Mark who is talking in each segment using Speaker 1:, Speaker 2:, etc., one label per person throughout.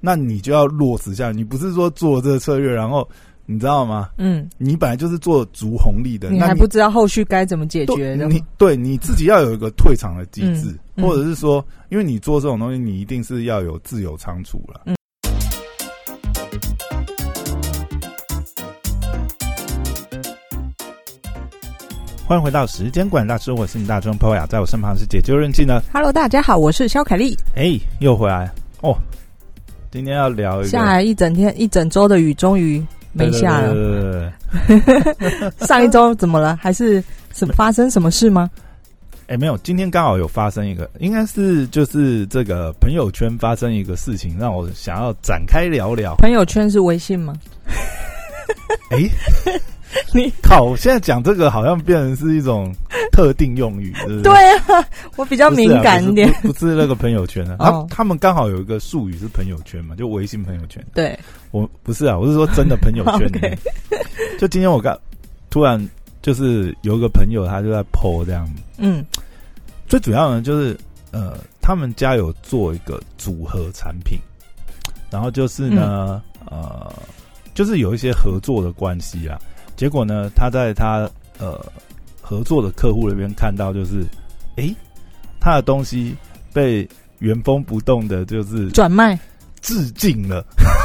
Speaker 1: 那你就要落实下来。你不是说做这个策略，然后你知道吗？
Speaker 2: 嗯，
Speaker 1: 你本来就是做足红利的，
Speaker 2: 你
Speaker 1: 那
Speaker 2: 还
Speaker 1: 你
Speaker 2: 不知道后续该怎么解决
Speaker 1: 对
Speaker 2: 的。
Speaker 1: 你对你自己要有一个退场的机制，
Speaker 2: 嗯嗯
Speaker 1: 或者是说，因为你做这种东西，你一定是要有自有仓储了。
Speaker 2: 嗯
Speaker 1: 欢迎回到时间管理大师，我是你大中朋友雅，在我身旁是解救任性呢。
Speaker 2: Hello，大家好，我是肖凯丽。
Speaker 1: 哎、又回来哦！今天要聊一个
Speaker 2: 下来一整天一整周的雨终于没下
Speaker 1: 对
Speaker 2: 了，
Speaker 1: 对对对对对
Speaker 2: 上一周怎么了？还是什么发生什么事吗？
Speaker 1: 哎、没有，今天刚好有发生一个，应该是就是这个朋友圈发生一个事情，让我想要展开聊 聊。
Speaker 2: 朋友圈是微信吗？
Speaker 1: 哎、
Speaker 2: 你
Speaker 1: 靠！我现在讲这个好像变成是一种特定用语，是不是？
Speaker 2: 对啊，我比较
Speaker 1: 不是啊，
Speaker 2: 敏感一点。
Speaker 1: 不是，不不是那个朋友圈 啊。
Speaker 2: 哦
Speaker 1: 他他们刚好有一个术语是朋友圈嘛，就微信朋友圈。
Speaker 2: 对，
Speaker 1: 我不是啊，我是说真的朋
Speaker 2: 哦
Speaker 1: 友圈里面。就今天我刚突然就是有一个朋友，他就在 PO 这样子。
Speaker 2: 嗯
Speaker 1: 最主要呢，就是呃，他们家有做一个组合产品，然后就是呢，呃，就是有一些合作的关系啊。结果呢，他在他呃合作的客户那边看到，就是诶、他的东西被原封不动的，就是
Speaker 2: 转卖
Speaker 1: 致敬了。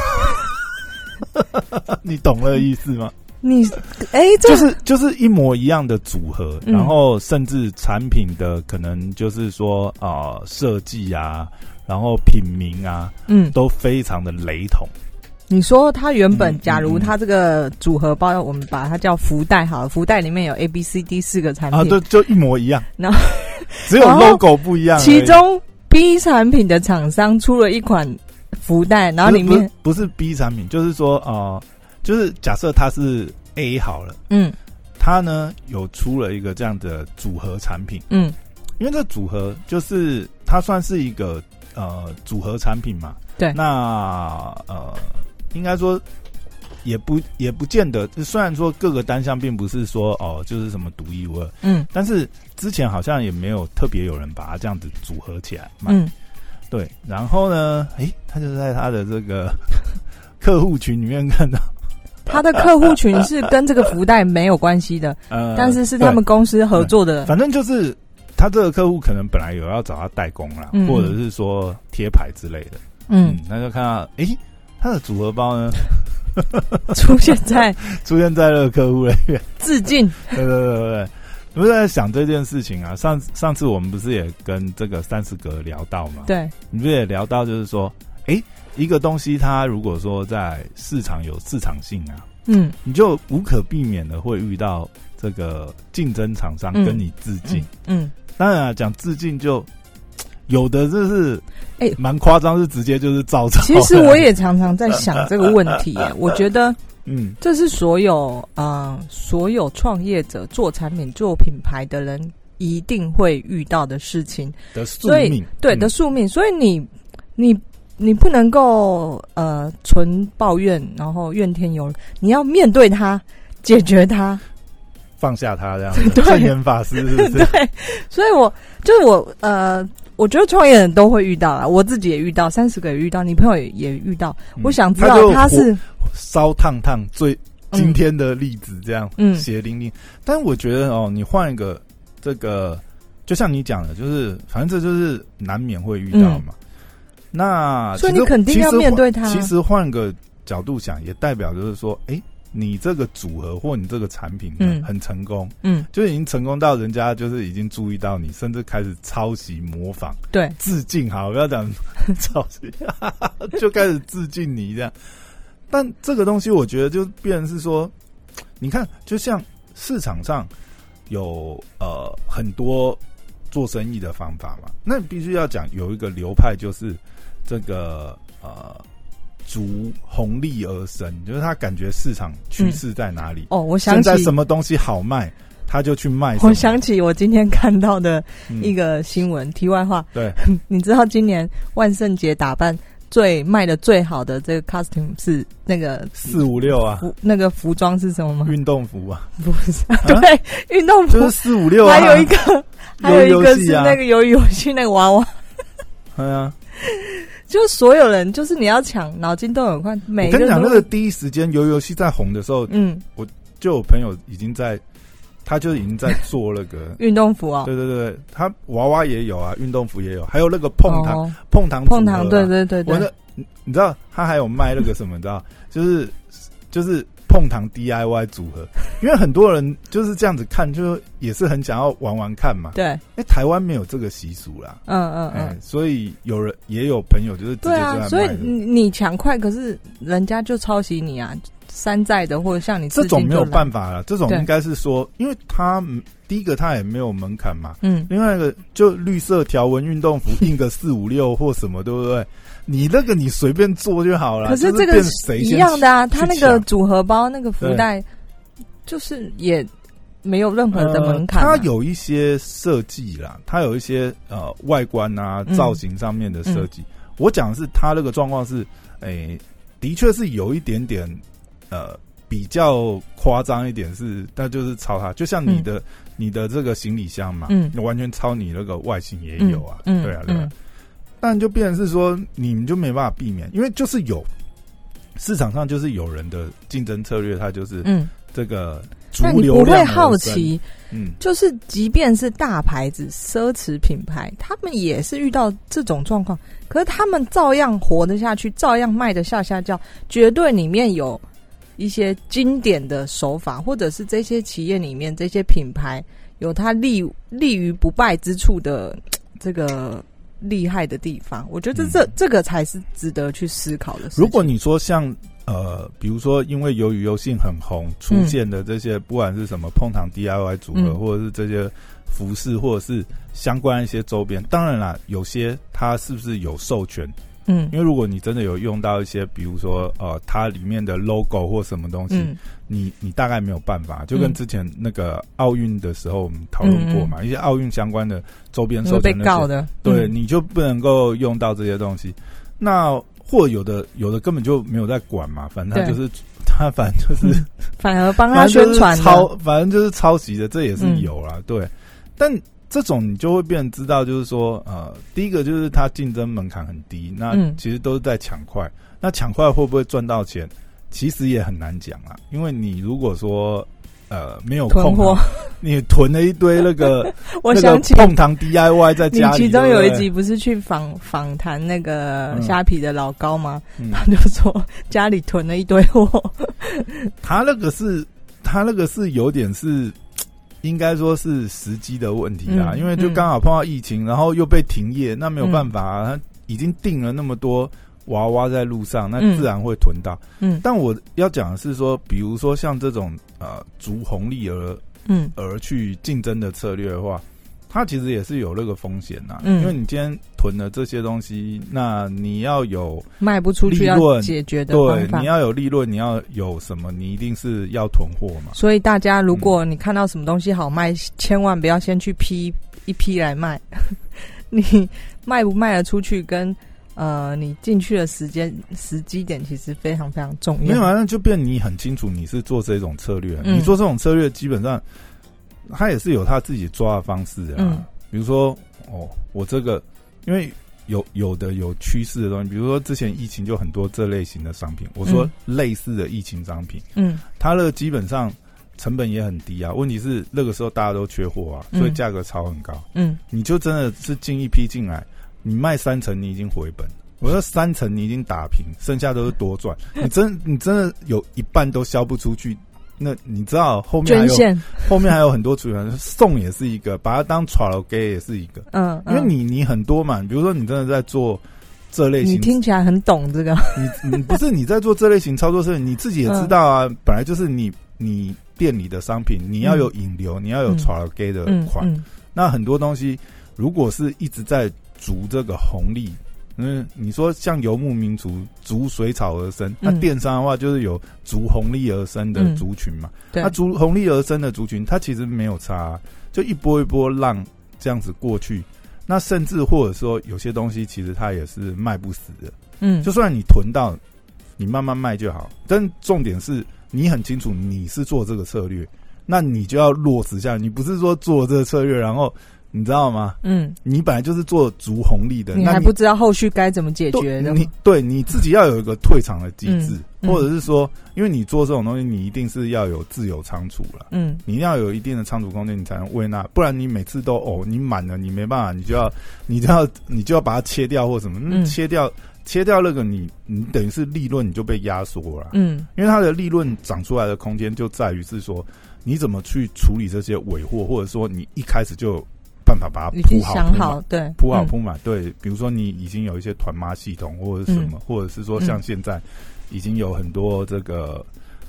Speaker 1: 你懂了意思吗？
Speaker 2: 你，哎、这
Speaker 1: 就是就是一模一样的组合，
Speaker 2: 嗯
Speaker 1: 然后甚至产品的可能就是说啊设计啊，然后品名啊
Speaker 2: 嗯，
Speaker 1: 都非常的雷同。
Speaker 2: 你说它原
Speaker 1: 嗯
Speaker 2: 本
Speaker 1: 嗯，
Speaker 2: 假如它这个组合包，我们把它叫福袋好了，福袋里面有 A、B、C、D 四个产
Speaker 1: 啊，
Speaker 2: 品，
Speaker 1: 对，就一模一样，
Speaker 2: 然后
Speaker 1: 只有
Speaker 2: 然后
Speaker 1: logo 不一样而已。
Speaker 2: 其中 B 产品的厂商出了一款福袋，然后里
Speaker 1: 不是
Speaker 2: 面，
Speaker 1: 不是不是 B 产品，就是说啊、呃就是假设它是 A 好了，
Speaker 2: 嗯
Speaker 1: 它呢有出了一个这样的组合产品，
Speaker 2: 嗯，
Speaker 1: 因为这组合就是它算是一个呃组合产品嘛。
Speaker 2: 对
Speaker 1: 那呃，应该说也不也不见得，虽然说各个单项并不是说哦就是什么独一无二，
Speaker 2: 嗯
Speaker 1: 但是之前好像也没有特别有人把它这样子组合起来嘛。
Speaker 2: 嗯，
Speaker 1: 对，然后呢，诶、他就在他的这个 客户群里面看到，
Speaker 2: 他的客户群是跟这个福袋没有 关系的，
Speaker 1: 呃，
Speaker 2: 但是是他们公司合作的
Speaker 1: 对，，反正就是。他这个客户可能本来有要找他代工啦，
Speaker 2: 嗯
Speaker 1: 或者是说贴牌之类的。
Speaker 2: 嗯
Speaker 1: 嗯，，那就看到，诶、他的组合包呢 嗯
Speaker 2: 出现在
Speaker 1: 出现在了客户那边，
Speaker 2: 致敬，
Speaker 1: 对对对对对，我们在想这件事情啊。上上次我们不是也跟这个三十格聊到嘛？，
Speaker 2: 对，
Speaker 1: 你不是也聊到就是说，诶、一个东西它如果说在市场有市场性啊，
Speaker 2: 嗯
Speaker 1: 你就无可避免的会遇到这个竞争厂商
Speaker 2: 嗯
Speaker 1: 跟你致敬。
Speaker 2: 嗯，
Speaker 1: 当然、啊，讲致敬就有的就是，
Speaker 2: 诶
Speaker 1: 蛮夸张，是直接就是照抄。
Speaker 2: 其实我，也常常在想这个问题耶，我觉得。
Speaker 1: 嗯，
Speaker 2: 这是所有呃所有创业者做产品、做品牌的人一定会遇到的事情，
Speaker 1: 的宿
Speaker 2: 所以
Speaker 1: 命，
Speaker 2: 对
Speaker 1: 嗯
Speaker 2: 的宿命。所以你你你不能够呃纯抱怨，然后怨天尤人，你要面对它，解决它。
Speaker 1: 放下他这样子，
Speaker 2: 对
Speaker 1: 正言法师是不
Speaker 2: 对
Speaker 1: 是？，
Speaker 2: 所以我就是我呃。我觉得创业人都会遇到啦，我自己也遇到，三十个也遇到，你朋友也也遇到。
Speaker 1: 嗯
Speaker 2: 我想知
Speaker 1: 他就
Speaker 2: 道
Speaker 1: 火
Speaker 2: 他是
Speaker 1: 烧烫烫最
Speaker 2: 嗯
Speaker 1: 今天的例子这样，
Speaker 2: 嗯
Speaker 1: 血淋淋。但我觉得哦，你换一个这个，就像你讲的，就是反正这就是难免会遇到嘛。那
Speaker 2: 嗯所以
Speaker 1: 其实
Speaker 2: 你肯定要
Speaker 1: 其实
Speaker 2: 面对它
Speaker 1: 其实换个角度想，也代表就是说，哎、你这个组合或你这个产品呢
Speaker 2: 嗯
Speaker 1: 很成功，
Speaker 2: 嗯，
Speaker 1: 就已经成功到人家就是已经注意到你，甚至开始抄袭模仿。
Speaker 2: 对，
Speaker 1: 致敬，好，不要讲 抄袭，就开始致敬你这样。但这个东西，我觉得就变成是说，你看，就像市场上有呃很多做生意的方法嘛，那你必须要讲有一个流派，就是这个呃逐红利而生，就是他感觉市场趋势在哪里，
Speaker 2: 哦，我想
Speaker 1: 嗯现
Speaker 2: 起
Speaker 1: 在什么东西好卖，他就去卖什么。嗯
Speaker 2: 我想起我今天看到的一
Speaker 1: 个、
Speaker 2: 个新闻。题外话，
Speaker 1: 对，
Speaker 2: 你知道今年万圣节打扮最卖的最好的这个 costume 是那个
Speaker 1: 四五六啊，
Speaker 2: 服那个服装是什么吗？
Speaker 1: 运动服啊。
Speaker 2: 不是， 对，运动服
Speaker 1: 就是。四五六啊，
Speaker 2: 还有一个， 还有一
Speaker 1: 游
Speaker 2: 个
Speaker 1: 戏
Speaker 2: 是
Speaker 1: 啊哎
Speaker 2: 那个游游戏那个娃娃，
Speaker 1: 对啊，
Speaker 2: 就是所有人，就是你要抢，脑筋动很快，每
Speaker 1: 我
Speaker 2: 一
Speaker 1: 跟
Speaker 2: 个
Speaker 1: 你讲，
Speaker 2: 都
Speaker 1: 那个第一时间游游戏在红的时候，
Speaker 2: 嗯，。
Speaker 1: 就有朋友已经在，他就已经在做那个
Speaker 2: 运动服哦，
Speaker 1: 对对对，对他娃娃也有啊，运动服也有，还有那个碰糖、
Speaker 2: 哦
Speaker 1: 碰糖、啊
Speaker 2: 碰糖，对。对对
Speaker 1: 我
Speaker 2: 对，
Speaker 1: 那你你知道他还有卖那个什么，你知道，就是就是碰糖 DIY 组 合，因为很多人就是这样子看，就是也是很想要玩玩看嘛。
Speaker 2: 对，
Speaker 1: 哎、台湾没有这个习俗啦，
Speaker 2: 嗯嗯
Speaker 1: 哎、
Speaker 2: 嗯，
Speaker 1: 所以有人也有朋友就是直接就
Speaker 2: 对
Speaker 1: 在
Speaker 2: 啊，
Speaker 1: 卖
Speaker 2: 所以
Speaker 1: 的
Speaker 2: 你你抢快，可是人家就抄袭你啊，山寨的或者像你
Speaker 1: 这种没有
Speaker 2: 办，
Speaker 1: 办法了，这种
Speaker 2: 对
Speaker 1: 应该是说，因为他嗯第一个他也没有门槛嘛，
Speaker 2: 嗯，
Speaker 1: 另外一个就绿色条纹运动服印个四五六或什么，对不对？你那个你随便做就好了。
Speaker 2: 可是
Speaker 1: 就
Speaker 2: 这个
Speaker 1: 变
Speaker 2: 是
Speaker 1: 谁
Speaker 2: 一
Speaker 1: 先
Speaker 2: 样的啊，
Speaker 1: 去
Speaker 2: 他那
Speaker 1: 抢
Speaker 2: 个组合包那个福袋，就是也没有任何的门槛啊，
Speaker 1: 呃它有一些设计啦，它有一些呃外观啊、
Speaker 2: 嗯
Speaker 1: 造型上面的设计。我讲的是它那个状况是，诶、的确是有一点点呃比较夸张一点是，它就是抄它，就像你的、你的这个行李箱嘛，
Speaker 2: 嗯
Speaker 1: 完全抄你那个外形也有啊，
Speaker 2: 嗯嗯
Speaker 1: 对啊，对啊。
Speaker 2: 嗯
Speaker 1: 但就变成是说，你们就没办法避免，因为就是有市场上就是有人的竞争策略，它就是
Speaker 2: 嗯，
Speaker 1: 这个
Speaker 2: 那
Speaker 1: 逐
Speaker 2: 你
Speaker 1: 流
Speaker 2: 不会
Speaker 1: 量
Speaker 2: 好
Speaker 1: 而生，
Speaker 2: 奇，
Speaker 1: 嗯，
Speaker 2: 就是即便是大牌子、奢侈品牌，他们也是遇到这种状况，可是他们照样活得下去，照样卖得下下叫，绝对里面有一些经典的手法，或者是这些企业里面这些品牌有它立立于不败之处的嘖这个厉害的地方。我觉得这、
Speaker 1: 嗯
Speaker 2: 这个才是值得去思考的事情。
Speaker 1: 如果你说像呃，比如说因为由于游戏很红出现的这些，不管是什么碰糖 DIY 组合，
Speaker 2: 嗯
Speaker 1: 或者是这些服饰，或者是相关一些周边，当然啦，有些它是不是有授权？
Speaker 2: 嗯
Speaker 1: 因为如果你真的有用到一些，比如说呃，它里面的 logo 或什么东西，
Speaker 2: 嗯
Speaker 1: 你你大概没有办法，就跟
Speaker 2: 嗯
Speaker 1: 之前那个奥运的时候我们讨论过嘛，一些奥运相关的周边授
Speaker 2: 会被
Speaker 1: 权那些
Speaker 2: 告的，
Speaker 1: 对，
Speaker 2: 嗯
Speaker 1: 你就不能够用到这些东西。那或有的有的根本就没有在管嘛，反正他
Speaker 2: 对
Speaker 1: 就是 他反正就是
Speaker 2: 嗯反而帮他
Speaker 1: 反正
Speaker 2: 宣
Speaker 1: 就是
Speaker 2: 传了
Speaker 1: 抄，反正就是抄袭的，这也是
Speaker 2: 嗯
Speaker 1: 有啦。对，但这种你就会变成知道，就是说呃，第一个就是它竞争门槛很低，那
Speaker 2: 嗯
Speaker 1: 其实都是在抢快。那抢快会不会赚到钱？其实也很难讲啦，因为你如果说呃没有
Speaker 2: 囤
Speaker 1: 空
Speaker 2: 货
Speaker 1: 啊，。你囤了一堆那个
Speaker 2: 我
Speaker 1: 那
Speaker 2: 想
Speaker 1: 个
Speaker 2: 起
Speaker 1: 碰糖 DIY 在
Speaker 2: 你
Speaker 1: 家里，
Speaker 2: 其中
Speaker 1: 对不
Speaker 2: 有一
Speaker 1: 对
Speaker 2: 集不是去访访谈那个
Speaker 1: 嗯
Speaker 2: 虾皮的老高吗？
Speaker 1: 嗯
Speaker 2: 他就说家里囤了一堆货，
Speaker 1: 他那个是，他那个是有点是，应该说是时机的问题啦，
Speaker 2: 嗯
Speaker 1: 因为就刚好碰到疫情，然后又被停业，那没有办法、啊，他已经订了那么多娃娃在路上，那
Speaker 2: 嗯
Speaker 1: 自然会囤到。
Speaker 2: 嗯
Speaker 1: 但我要讲的是说，比如说像这种呃逐红利而
Speaker 2: 嗯
Speaker 1: 而去竞争的策略的话。它其实也是有那个风险呐、
Speaker 2: 嗯
Speaker 1: 因为你今天囤了这些东西，那你要有
Speaker 2: 卖不出去
Speaker 1: 利润
Speaker 2: 要解决的方
Speaker 1: 对，
Speaker 2: 法
Speaker 1: 你。要有利润，你要有什么，你一定是要囤货嘛。
Speaker 2: 所以大家如果你看到什么东西好卖，千万不要先去批一批来卖， 你卖不卖得出去跟。呃，你进去的时间时机点其实非常非常重要。
Speaker 1: 没有啊，那就变你很清楚你是做这种策略，啊
Speaker 2: 嗯
Speaker 1: 你做这种策略基本上他也是有他自己抓的方式啊。
Speaker 2: 嗯
Speaker 1: 比如说，哦，我这个因为有有的有趋势的东西，比如说之前疫情就很多这类型的商品，我说类似的疫情商品，
Speaker 2: 嗯
Speaker 1: 它那个基本上成本也很低啊。问题是那个时候大家都缺货啊，
Speaker 2: 嗯
Speaker 1: 所以价格炒很高，
Speaker 2: 嗯
Speaker 1: 你就真的是进一批进来，你卖三成你已经回本。我说三成你已经打平，剩下都是多 赚。你真你真的有一半都销不出去，那你知道后面还
Speaker 2: 捐
Speaker 1: 有
Speaker 2: 献，
Speaker 1: 后面还有很多主人送也是一个，把它当 t r a 给也是一个，
Speaker 2: 嗯，
Speaker 1: 因为
Speaker 2: 嗯
Speaker 1: 你你很多嘛，比如说你真的在做这类
Speaker 2: 你
Speaker 1: 型，
Speaker 2: 听起来很懂这个，
Speaker 1: 你你不是你在做这类型操作时，你自己也知道
Speaker 2: 嗯
Speaker 1: 啊，本来就是你你店里的商品，你要有引流，你要有
Speaker 2: 嗯
Speaker 1: t r a 给的
Speaker 2: 嗯
Speaker 1: 款，
Speaker 2: 嗯
Speaker 1: 那很多东西如果是一直在逐这个红利，嗯，你说像游牧民族逐水草而生，那
Speaker 2: 嗯
Speaker 1: 电商的话就是有逐红利而生的
Speaker 2: 嗯
Speaker 1: 族群嘛。
Speaker 2: 对
Speaker 1: 那逐红利而生的族群，它其实没有差啊、就一波一波浪这样子过去。那甚至或者说有些东西其实它也是卖不死的，
Speaker 2: 嗯，
Speaker 1: 就算你囤到，你慢慢卖就好。但重点是你很清楚你是做这个策略，那你就要落实下来。你不是说做这个策略，然后你知道吗？
Speaker 2: 嗯，
Speaker 1: 你本来就是做足红利的，
Speaker 2: 你
Speaker 1: 那
Speaker 2: 还不知道后续该怎么解决
Speaker 1: 对
Speaker 2: 的
Speaker 1: 你
Speaker 2: 吗，
Speaker 1: 对你自己要有一个退场的机制，
Speaker 2: 嗯嗯
Speaker 1: 或者是说，因为你做这种东西，你一定是要有自由仓储了。
Speaker 2: 嗯，
Speaker 1: 你一定要有一定的仓储空间，你才能喂纳，不然你每次都哦，你满了，你没办法，你就要，你就要，你就要把它切掉或什么，嗯
Speaker 2: 嗯
Speaker 1: 切掉，切掉那个你，你等于是利润你就被压缩了啊，
Speaker 2: 嗯
Speaker 1: 因为它的利润长出来的空间就在于是说，你怎么去处理这些尾货，或者说你一开始就有办法把它
Speaker 2: 已经
Speaker 1: 铺好
Speaker 2: 想
Speaker 1: 铺满
Speaker 2: 好，对，
Speaker 1: 铺好
Speaker 2: 嗯
Speaker 1: 铺满，对，比如说你已经有一些团妈系统或者是什么，或者是说像现在已经有很多这个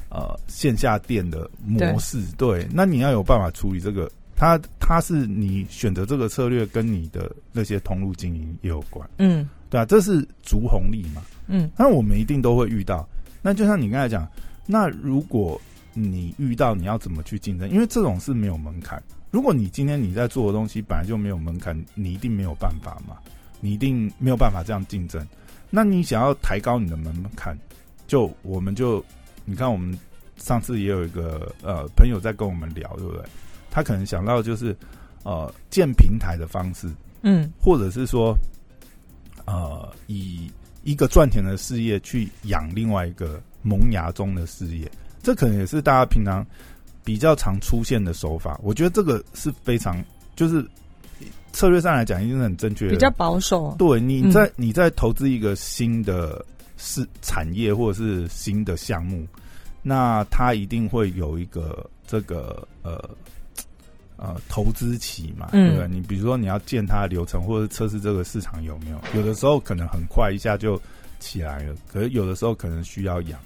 Speaker 1: 呃线下店的模式，对，那你要有办法处理这个，它它是你选择这个策略跟你的那些通路经营也有关，
Speaker 2: 嗯
Speaker 1: 对啊，这是逐红利嘛，
Speaker 2: 嗯
Speaker 1: 那我们一定都会遇到。那就像你刚才讲，那如果你遇到，你要怎么去竞争？因为这种是没有门槛。如果你今天你在做的东西本来就没有门槛，你一定没有办法嘛，你一定没有办法这样竞争。那你想要抬高你的门槛，就我们就你看，我们上次也有一个呃朋友在跟我们聊，对不对？他可能想到就是呃建平台的方式，
Speaker 2: 嗯
Speaker 1: 或者是说，呃，以一个赚钱的事业去养另外一个萌芽中的事业，这可能也是大家平常比较常出现的手法。我觉得这个是非常，就是策略上来讲，一定是很正确的。
Speaker 2: 比较保守，
Speaker 1: 对，你
Speaker 2: 嗯
Speaker 1: 在、你在投资一个新的是产业或者是新的项目，那它一定会有一个这个呃呃投资期嘛，
Speaker 2: 嗯
Speaker 1: 对不对？你比如说你要建它的流程，或者测试这个市场有没有，有的时候可能很快一下就起来了，可是有的时候可能需要养，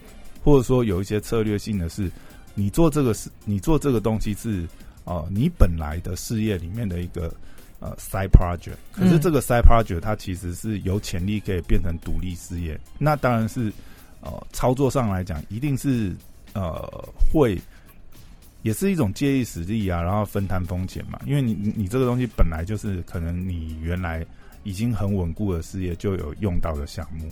Speaker 1: 或者说有一些策略性的是，你做这个是你做这个东西是哦、呃你本来的事业里面的一个呃 side project，可是
Speaker 2: 嗯
Speaker 1: 这个 side project 它其实是有潜力可以变成独立事业，那当然是呃操作上来讲，一定是呃会也是一种借力使力啊，然后分摊风险嘛，因为你你你这个东西本来就是可能你原来已经很稳固的事业就有用到的项目，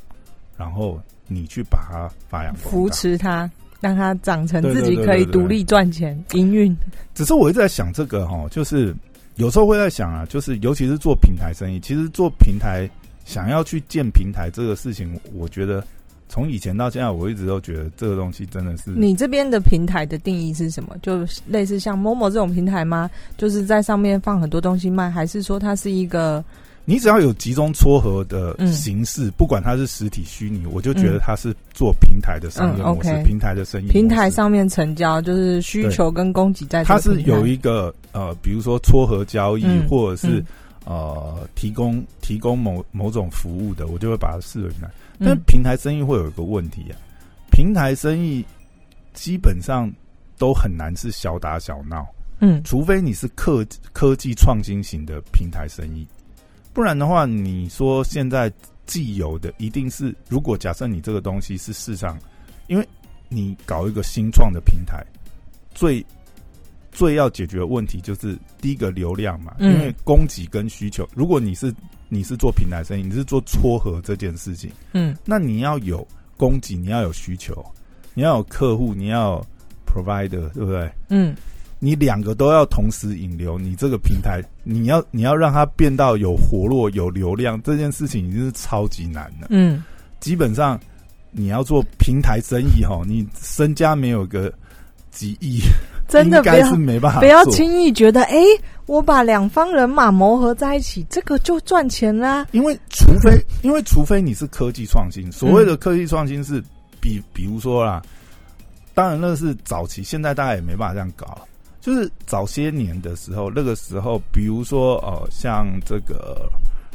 Speaker 1: 然后你去把它发扬光
Speaker 2: 扶
Speaker 1: 大。
Speaker 2: 持他，让他长成
Speaker 1: 对对
Speaker 2: 自己
Speaker 1: 对
Speaker 2: 可以
Speaker 1: 对对
Speaker 2: 独立赚钱、营运。
Speaker 1: 只是我一直在想这个哈，就是有时候会在想啊，就是尤其是做平台生意，其实做平台想要去建平台这个事情，我觉得从以前到现在，我一直都觉得这个东西真的是
Speaker 2: 你这边的平台的定义是什么？就类似像 Momo 这种平台吗？就是在上面放很多东西卖，还是说它是一个
Speaker 1: 你只要有集中撮合的
Speaker 2: 嗯
Speaker 1: 形式，不管它是实体虚拟，我就觉得它是做平台的商业模式，
Speaker 2: 嗯，OK
Speaker 1: 平台的生意模式
Speaker 2: 平台。上面成交，就是需求跟供给在这
Speaker 1: 它
Speaker 2: 个平
Speaker 1: 是
Speaker 2: 台
Speaker 1: 有一个呃，比如说撮合交易，
Speaker 2: 嗯
Speaker 1: 或者是、
Speaker 2: 嗯
Speaker 1: 呃提供提供某某种服务的，我就会把它视为平台。但
Speaker 2: 嗯
Speaker 1: 平台生意会有一个问题啊，平台生意基本上都很难是小打小闹，
Speaker 2: 嗯
Speaker 1: 除非你是科科技创新型的平台生意，不然的话，你说现在既有的一定是，如果假设你这个东西是市场，因为你搞一个新创的平台，最最要解决的问题就是第一个流量嘛，因
Speaker 2: 嗯
Speaker 1: 为供给跟需求。如果你是你是做平台生意，你是做撮合这件事情，
Speaker 2: 嗯
Speaker 1: 那你要有供给，你要有需求，你要有客户，你要有 provider，对不对？
Speaker 2: 嗯
Speaker 1: 你两个都要同时引流，你这个平台，你要你要让它变到有活络、有流量，这件事情已经是超级难了。
Speaker 2: 嗯
Speaker 1: 基本上你要做平台生意哈，你身家没有个几亿，
Speaker 2: 真的
Speaker 1: 应
Speaker 2: 不
Speaker 1: 该
Speaker 2: 要
Speaker 1: 啊是没办法
Speaker 2: 不要
Speaker 1: 做，
Speaker 2: 轻易觉得，哎、我把两方人马磨合在一起，这个就赚钱啦。
Speaker 1: 因为除非因为除非你是科技创新，所谓的科技创新是比比如说啦，当然那是早期，现在大家也没办法这样搞了。就是早些年的时候，那个时候，比如说呃，像这个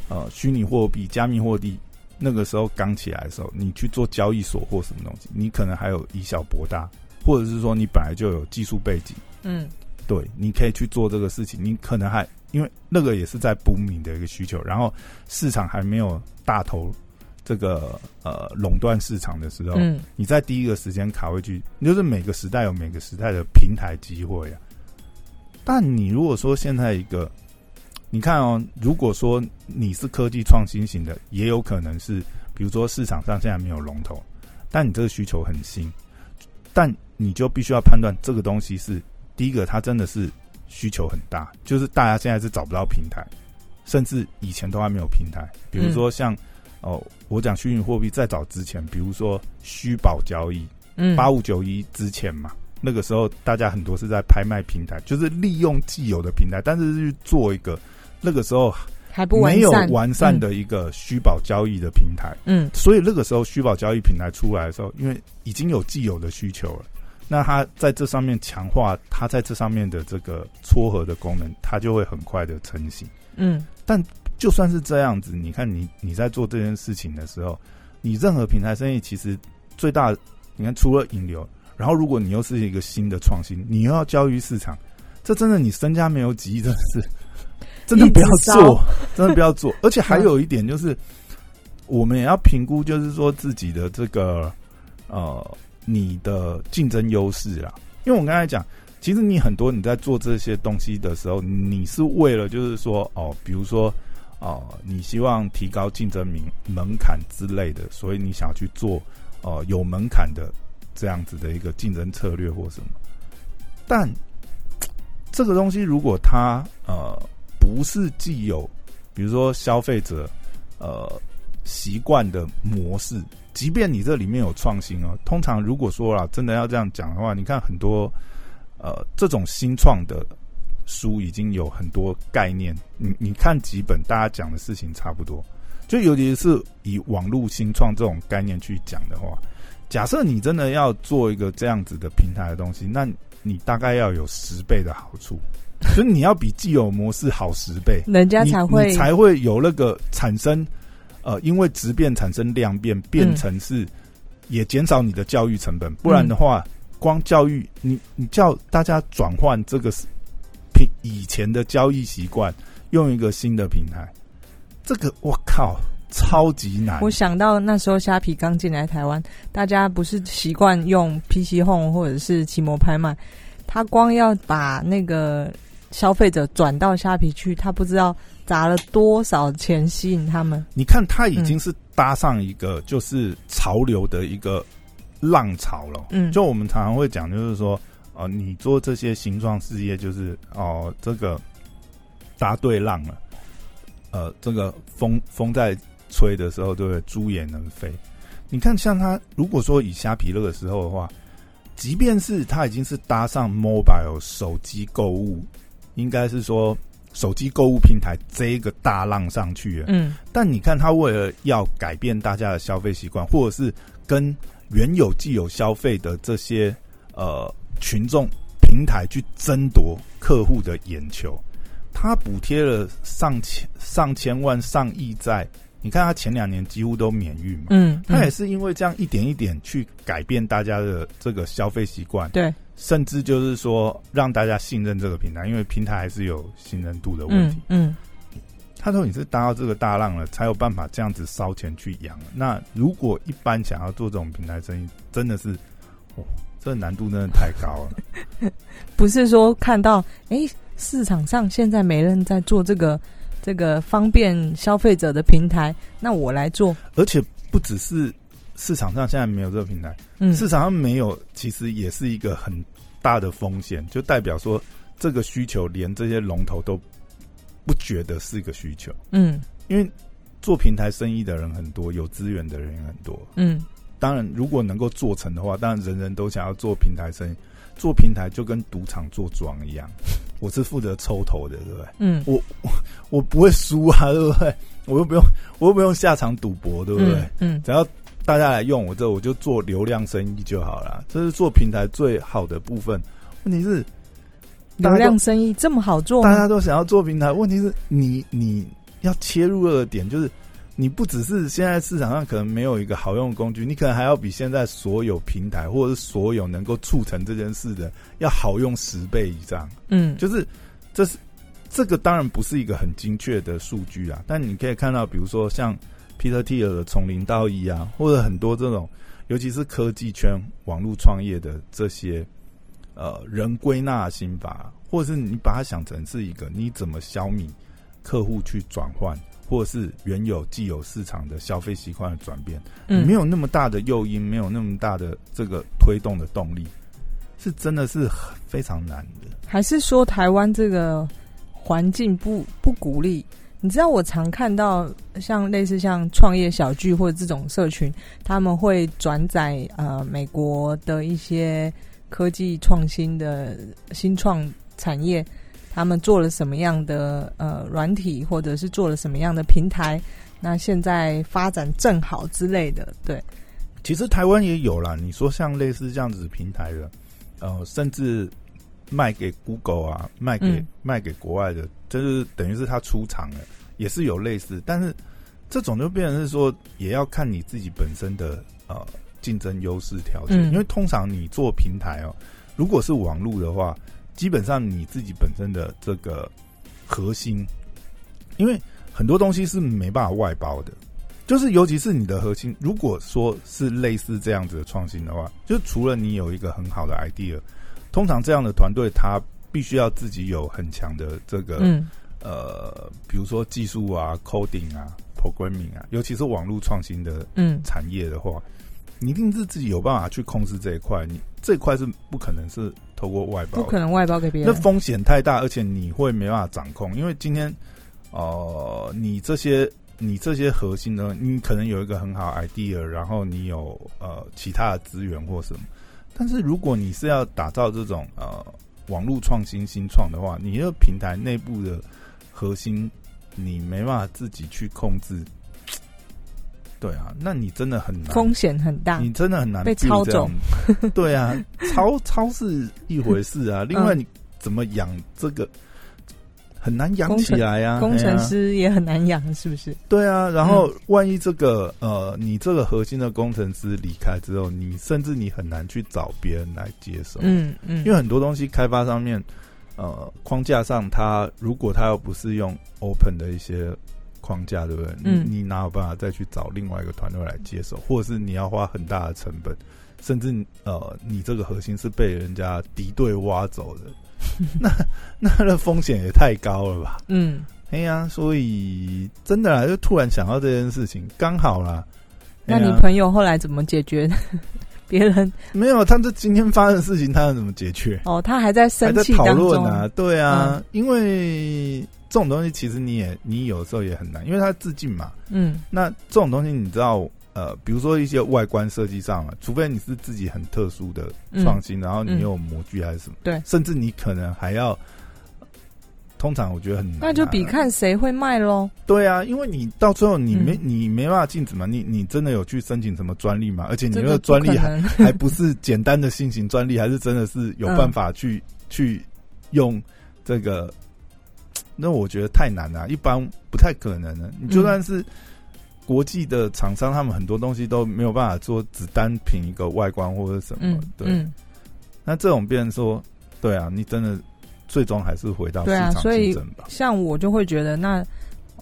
Speaker 1: 呃虚拟货币、加密货币，那个时候刚起来的时候，你去做交易所或什么东西，你可能还有以小博大，或者是说你本来就有技术背景，
Speaker 2: 嗯
Speaker 1: 对，你可以去做这个事情，你可能还因为那个也是在 booming 的一个需求，然后市场还没有大头这个呃垄断市场的时候，
Speaker 2: 嗯
Speaker 1: 你在第一个时间卡位去，就是每个时代有每个时代的平台机会啊。但你如果说现在一个，你看哦，如果说你是科技创新型的，也有可能是，比如说市场上现在没有龙头，但你这个需求很新，但你就必须要判断这个东西是第一个，它真的是需求很大，就是大家现在是找不到平台，甚至以前都还没有平台。比如说像、哦，我讲虚拟货币在早之前，比如说虚宝交易，
Speaker 2: 嗯，
Speaker 1: 八五九一之前嘛，那个时候大家很多是在拍卖平台，就是利用既有的平台，但是去做一个那个时候
Speaker 2: 还不完
Speaker 1: 没有
Speaker 2: 善，
Speaker 1: 完善的一个虚宝交易的平台。
Speaker 2: 嗯，
Speaker 1: 所以那个时候虚宝交易平台出来的时候，因为已经有既有的需求了，那它在这上面强化它在这上面的这个撮合的功能，它就会很快的成型。
Speaker 2: 嗯嗯，
Speaker 1: 就算是这样子，你看你你在做这件事情的时候，你任何平台生意其实最大，你看除了引流，然后如果你又是一个新的创新，你又要教育市场，这真的你身家没有几亿，真的是真的不要
Speaker 2: 一直
Speaker 1: 做，真的不要做。而且还有一点就是，我们也要评估，就是说自己的这个呃你的竞争优势啦，因为我刚才讲。其实你很多你在做这些东西的时候，你是为了就是说哦，比如说哦，你希望提高竞争门门槛之类的，所以你想去做呃有门槛的这样子的一个竞争策略或什么。但这个东西如果它呃不是既有，比如说消费者呃习惯的模式，即便你这里面有创新哦，通常如果说啦，真的要这样讲的话，你看很多呃这种新创的书已经有很多概念，你你看几本，大家讲的事情差不多。就尤其是以网络新创这种概念去讲的话，假设你真的要做一个这样子的平台的东西，那你大概要有十倍的好处，所以你要比既有模式好十倍，
Speaker 2: 人家
Speaker 1: 你
Speaker 2: 才会
Speaker 1: 你才会有那个产生，呃，因为质变产生量变，
Speaker 2: 嗯
Speaker 1: 变成是、也减少你的教育成本。不然的话，光教育你你叫大家转换这个是平以前的交易习惯，用一个新的平台，这个我靠，超级难
Speaker 2: 我。想到那时候虾皮刚进来台湾，大家不是习惯用 PC Home 或者是奇摩拍卖，他光要把那个消费者转到虾皮去，他不知道砸了多少钱吸引他们。
Speaker 1: 你看，它
Speaker 2: 嗯
Speaker 1: 已经是搭上一个就是潮流的一个浪潮了。
Speaker 2: 嗯，
Speaker 1: 就我们常常会讲，就是说，呃，你做这些形状事业，就是哦、这个答对浪了，呃，这个风风在吹的时候，对不对？猪也能飞。你看，像它，如果说以虾皮乐的时候的话，即便是它已经是搭上 mobile 手机购物，应该是说手机购物平台这一个大浪上去了，
Speaker 2: 嗯
Speaker 1: 但你看，他为了要改变大家的消费习惯，或者是跟原有既有消费的这些呃群众平台去争夺客户的眼球，他补贴了上千、上千万、上亿在。你看，他前两年几乎都免运嘛，
Speaker 2: 嗯，
Speaker 1: 他也
Speaker 2: 嗯
Speaker 1: 是因为这样一点一点去改变大家的这个消费习惯，
Speaker 2: 对，
Speaker 1: 甚至就是说让大家信任这个平台，因为平台还是有信任度的问题
Speaker 2: 嗯。嗯
Speaker 1: 他说你是搭到这个大浪了，才有办法这样子烧钱去养。那如果一般想要做这种平台生意，真的是，哇，这难度真的太高了。
Speaker 2: 不是说看到诶市场上现在没人在做这个这个方便消费者的平台，那我来做。
Speaker 1: 而且不只是市场上现在没有这个平台，
Speaker 2: 嗯，
Speaker 1: 市场上没有，其实也是一个很大的风险，就代表说这个需求连这些龙头都不觉得是个需求，
Speaker 2: 嗯
Speaker 1: 因为做平台生意的人很多，有资源的人也很多，
Speaker 2: 嗯
Speaker 1: 当然，如果能够做成的话，当然人人都想要做平台生意。做平台就跟赌场做庄一样， 我是负责抽头的，对不对？
Speaker 2: 嗯
Speaker 1: 我不会输啊，对不对？ 我又不用，我又不用下场赌博，对不对？
Speaker 2: 嗯嗯
Speaker 1: 只要大家来用我这，我就做流量生意就好了。这是做平台最好的部分。问题是，大家
Speaker 2: 流
Speaker 1: 都
Speaker 2: 量生意这么好做
Speaker 1: 大
Speaker 2: 吗？
Speaker 1: 家都想要做平台，问题是你你要切入的点就是，你不只是现在市场上可能没有一个好用的工具，你可能还要比现在所有平台或者是所有能够促成这件事的要好用十倍以上。
Speaker 2: 嗯，
Speaker 1: 就是这是这个当然不是一个很精确的数据啊，但你可以看到，比如说像 Peter Thiel 的《从零到一》啊，或者很多这种，尤其是科技圈网络创业的这些呃人归纳心法，或者是你把它想成是一个你怎么消弭客户去转换，或者是原有既有市场的消费习惯的转变。
Speaker 2: 嗯
Speaker 1: 没有那么大的诱因，没有那么大的这个推动的动力，是真的是很非常难的。
Speaker 2: 还是说台湾这个环境不不鼓励？你知道我常看到像类似像创业小聚或者这种社群，他们会转载呃美国的一些科技创新的新创产业，他们做了什么样的呃软体，或者是做了什么样的平台，那现在发展正好之类的，对，
Speaker 1: 其实台湾也有啦，你说像类似这样子的平台的，呃，甚至卖给 Google 啊，卖给、
Speaker 2: 嗯
Speaker 1: 卖给国外的，就是等于是他出厂了，也是有类似，但是这种就变成是说，也要看你自己本身的呃竞争优势条件，
Speaker 2: 嗯
Speaker 1: 因为通常你做平台哦，如果是网络的话，基本上你自己本身的这个核心，因为很多东西是没办法外包的，就是尤其是你的核心，如果说是类似这样子的创新的话，就除了你有一个很好的 idea，通常这样的团队他必须要自己有很强的这个、
Speaker 2: 嗯
Speaker 1: 呃，比如说技术啊、coding 啊、programming 啊，尤其是网络创新的
Speaker 2: 嗯
Speaker 1: 产业的话，你一定是自己有办法去控制这一块，你这一块是不可能是透过外包
Speaker 2: 不
Speaker 1: 的，
Speaker 2: 可能外包给别
Speaker 1: 那
Speaker 2: 人，
Speaker 1: 风险太大，而且你会没办法掌控，因为今天，哦、你这些你这些核心呢，你可能有一个很好的 idea，然后你有呃其他的资源或什么，但是如果你是要打造这种呃网络创新新创的话，你的平台内部的核心你没办法自己去控制，对啊，那你真的很难
Speaker 2: 风险很大，
Speaker 1: 你真的很难
Speaker 2: 啊被
Speaker 1: build
Speaker 2: 抄
Speaker 1: 这样。 对啊，抄抄是一回事
Speaker 2: 嗯
Speaker 1: 啊，另外你怎么养这个很难养起来啊，
Speaker 2: 工程
Speaker 1: 哎呀
Speaker 2: 师嗯也很难养，是不是？
Speaker 1: 对啊，然后万一这个呃，你这个核心的工程师离开之后，你甚至你很难去找别人来接手，
Speaker 2: 嗯嗯，
Speaker 1: 因为很多东西开发上面，呃，框架上它如果它又不是用 open 的一些框架，对不对？你
Speaker 2: 嗯
Speaker 1: 你哪有办法再去找另外一个团队来接手，或者是你要花很大的成本，甚至呃，你这个核心是被人家敌对挖走的， 那那的风险也太高了吧？
Speaker 2: 嗯，
Speaker 1: 哎呀，所以真的啦，就突然想到这件事情，刚好啦。
Speaker 2: 那
Speaker 1: 哎
Speaker 2: 你
Speaker 1: 呀
Speaker 2: 朋友后来怎么解决 别人？
Speaker 1: 没有？他这今天发生的事情，他要怎么解决？
Speaker 2: 哦，他还在
Speaker 1: 还
Speaker 2: 生
Speaker 1: 在
Speaker 2: 气
Speaker 1: 讨
Speaker 2: 当
Speaker 1: 论
Speaker 2: 中。嗯
Speaker 1: 啊，对啊，因为这种东西其实你也你有时候也很难，因为它致敬嘛。
Speaker 2: 嗯
Speaker 1: 那这种东西你知道，呃，比如说一些外观设计上啊，除非你是自己很特殊的
Speaker 2: 嗯
Speaker 1: 创新，然后
Speaker 2: 嗯
Speaker 1: 你有模具还是什么，
Speaker 2: 对
Speaker 1: 甚至你可能还要，通常我觉得很难啊、
Speaker 2: 那就比看谁会卖喽。
Speaker 1: 对啊，因为你到最后你没、
Speaker 2: 嗯
Speaker 1: 你没办法禁止嘛，你你真的有去申请什么专利嘛？而且你
Speaker 2: 这
Speaker 1: 那
Speaker 2: 个
Speaker 1: 个
Speaker 2: 不
Speaker 1: 专
Speaker 2: 可
Speaker 1: 利还啊
Speaker 2: 能
Speaker 1: 还不是简单的新型专利，还是真的是有办法去、
Speaker 2: 嗯
Speaker 1: 去用这个？那我觉得太难了、一般不太可能的。你就算是国际的厂商，他们很多东西都没有办法做，只单凭一个外观或者什么。
Speaker 2: 嗯
Speaker 1: 对，
Speaker 2: 嗯，
Speaker 1: 那这种变成说，对啊，你真的最终还是回到市
Speaker 2: 对啊
Speaker 1: 场
Speaker 2: 所以
Speaker 1: 竞争吧。
Speaker 2: 像我就会觉得那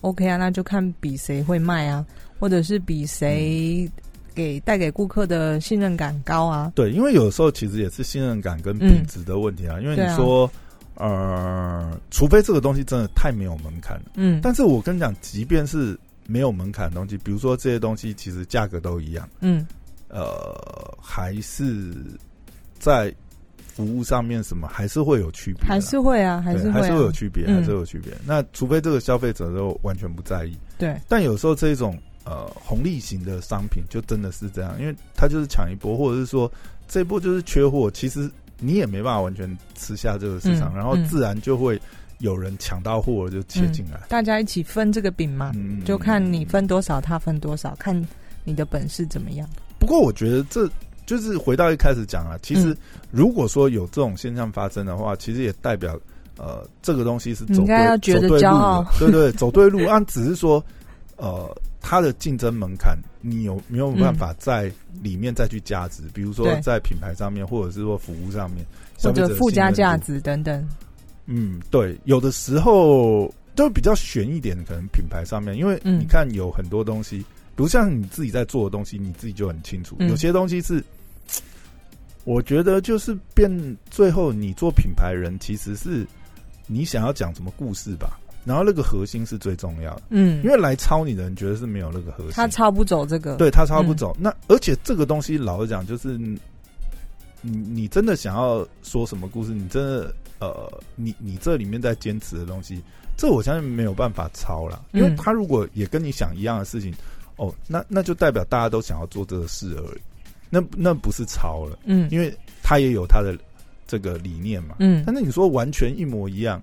Speaker 2: OK 啊，那就看比谁会卖啊，或者是比谁
Speaker 1: 嗯
Speaker 2: 给带给顾客的信任感高啊。
Speaker 1: 对，因为有时候其实也是信任感跟
Speaker 2: 嗯
Speaker 1: 品质的问题啊。因为
Speaker 2: 对
Speaker 1: 你
Speaker 2: 啊
Speaker 1: 说，呃，除非这个东西真的太没有门槛了。
Speaker 2: 嗯，
Speaker 1: 但是我跟你讲，即便是没有门槛的东西，比如说这些东西其实价格都一样，
Speaker 2: 嗯
Speaker 1: 呃，还是在服务上面什么还是会有区别啦，
Speaker 2: 还是会啊，还
Speaker 1: 对
Speaker 2: 是
Speaker 1: 还
Speaker 2: 会
Speaker 1: 是
Speaker 2: 啊
Speaker 1: 会有区别，
Speaker 2: 嗯
Speaker 1: 还是会有区别。那除非这个消费者都完全不在意，
Speaker 2: 对，
Speaker 1: 但有时候这种呃红利型的商品就真的是这样，因为它就是抢一波，或者是说这一波就是缺货，其实你也没办法完全吃下这个市场，
Speaker 2: 嗯
Speaker 1: 然后
Speaker 2: 嗯
Speaker 1: 自然就会有人抢到货了就切进来。
Speaker 2: 大家一起分这个饼嘛，
Speaker 1: 嗯
Speaker 2: 就看你分多少，他分多少，看你的本事怎么样。
Speaker 1: 不过我觉得这就是回到一开始讲啊，其实
Speaker 2: 嗯
Speaker 1: 如果说有这种现象发生的话，其实也代表呃这个东西是
Speaker 2: 你
Speaker 1: 走
Speaker 2: 应该
Speaker 1: 对
Speaker 2: 要觉得
Speaker 1: 走对路
Speaker 2: 骄
Speaker 1: 了
Speaker 2: 傲
Speaker 1: 对对，走对路。按只是说呃它的竞争门槛，你有没有办法在里面再去加值？比如说
Speaker 2: 嗯对
Speaker 1: 在品牌上面，或者是说服务上面，
Speaker 2: 或
Speaker 1: 消费
Speaker 2: 者
Speaker 1: 者的
Speaker 2: 附加
Speaker 1: 信任
Speaker 2: 价
Speaker 1: 度。
Speaker 2: 值等等。
Speaker 1: 嗯，对，有的时候就比较悬一点，可能品牌上面，因为
Speaker 2: 嗯
Speaker 1: 你看有很多东西，比如像你自己在做的东西，你自己就很清楚，
Speaker 2: 嗯
Speaker 1: 有些东西是。我觉得就是变最后，你做品牌人其实是你想要讲什么故事吧，然后那个核心是最重要的，
Speaker 2: 嗯，
Speaker 1: 因为来抄你的人觉得是没有那个核心，
Speaker 2: 他抄不走这个。
Speaker 1: 对他抄不
Speaker 2: 嗯
Speaker 1: 走。那而且这个东西老实讲，就是你你真的想要说什么故事，你真的呃，你你这里面在坚持的东西，这我相信没有办法抄啦，因为
Speaker 2: 嗯
Speaker 1: 他如果也跟你想一样的事情，哦，那那就代表大家都想要做这个事而已，那那不是抄了，
Speaker 2: 嗯
Speaker 1: 因为他也有他的这个理念嘛。
Speaker 2: 嗯，
Speaker 1: 但是你说完全一模一样，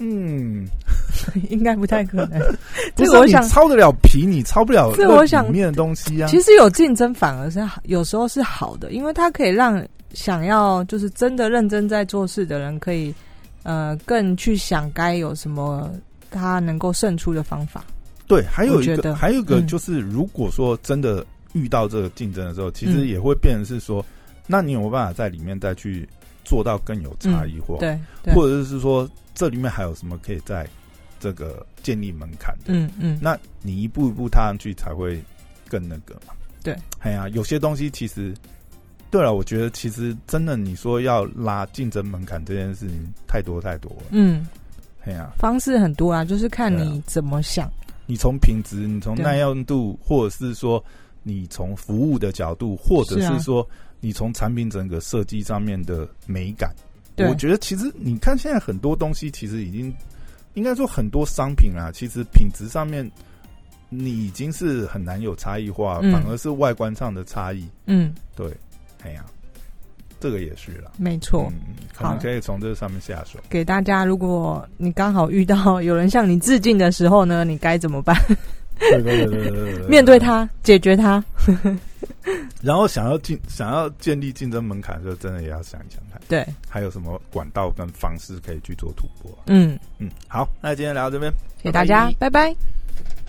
Speaker 1: 嗯，
Speaker 2: 应该不太 可能。
Speaker 1: 不
Speaker 2: 这
Speaker 1: 是
Speaker 2: 个我
Speaker 1: 你
Speaker 2: 想
Speaker 1: 抄得了皮，你抄不了
Speaker 2: 这
Speaker 1: 那
Speaker 2: 我想
Speaker 1: 里面的东西啊。
Speaker 2: 其实有竞争反而是好，有时候是好的，因为它可以让想要就是真的认真在做事的人，可以呃更去想该有什么他能够胜出的方法。
Speaker 1: 对，还有
Speaker 2: 我
Speaker 1: 一
Speaker 2: 觉
Speaker 1: 个，
Speaker 2: 得
Speaker 1: 还有一个
Speaker 2: 嗯
Speaker 1: 就是，如果说真的遇到这个竞争的时候，其实
Speaker 2: 嗯
Speaker 1: 也会变成是说，那你有没有办法在里面再去做到更有差异化，
Speaker 2: 嗯对对，
Speaker 1: 哦或者是说这里面还有什么可以在这个建立门槛的？
Speaker 2: 嗯嗯，
Speaker 1: 那你一步一步踏上去才会更那个嘛。
Speaker 2: 对，
Speaker 1: 哎呀，有些东西其实，对了，我觉得其实真的你说要拉竞争门槛这件事情太多太多了。
Speaker 2: 嗯，
Speaker 1: 哎呀，
Speaker 2: 方式很多啊，就是看
Speaker 1: 对啊
Speaker 2: 你怎么想。
Speaker 1: 你从品质，你从
Speaker 2: 对
Speaker 1: 耐用度，或者是说你从服务的角度，或者
Speaker 2: 是啊
Speaker 1: 是说你从产品整个设计上面的美感，
Speaker 2: 对
Speaker 1: 我觉得其实你看现在很多东西，其实已经应该说很多商品啊，其实品质上面你已经是很难有差异化，
Speaker 2: 嗯
Speaker 1: 反而是外观上的差异。
Speaker 2: 嗯，
Speaker 1: 对，哎呀，这个也是啦。
Speaker 2: 没错。
Speaker 1: 嗯，可
Speaker 2: 好
Speaker 1: 能
Speaker 2: 了
Speaker 1: 可以从这上面下手。
Speaker 2: 给大家，如果你刚好遇到有人向你致敬的时候呢，你该怎么办？
Speaker 1: 对对对对对对，
Speaker 2: 面对他，解决他。
Speaker 1: 然后想要进想要建立竞争门槛的时候，真的也要想一想看，
Speaker 2: 对，
Speaker 1: 还有什么管道跟方式可以去做突破啊、
Speaker 2: 嗯，
Speaker 1: 嗯，好，那今天聊到这边，
Speaker 2: 谢谢大家，
Speaker 1: 拜拜
Speaker 2: 拜拜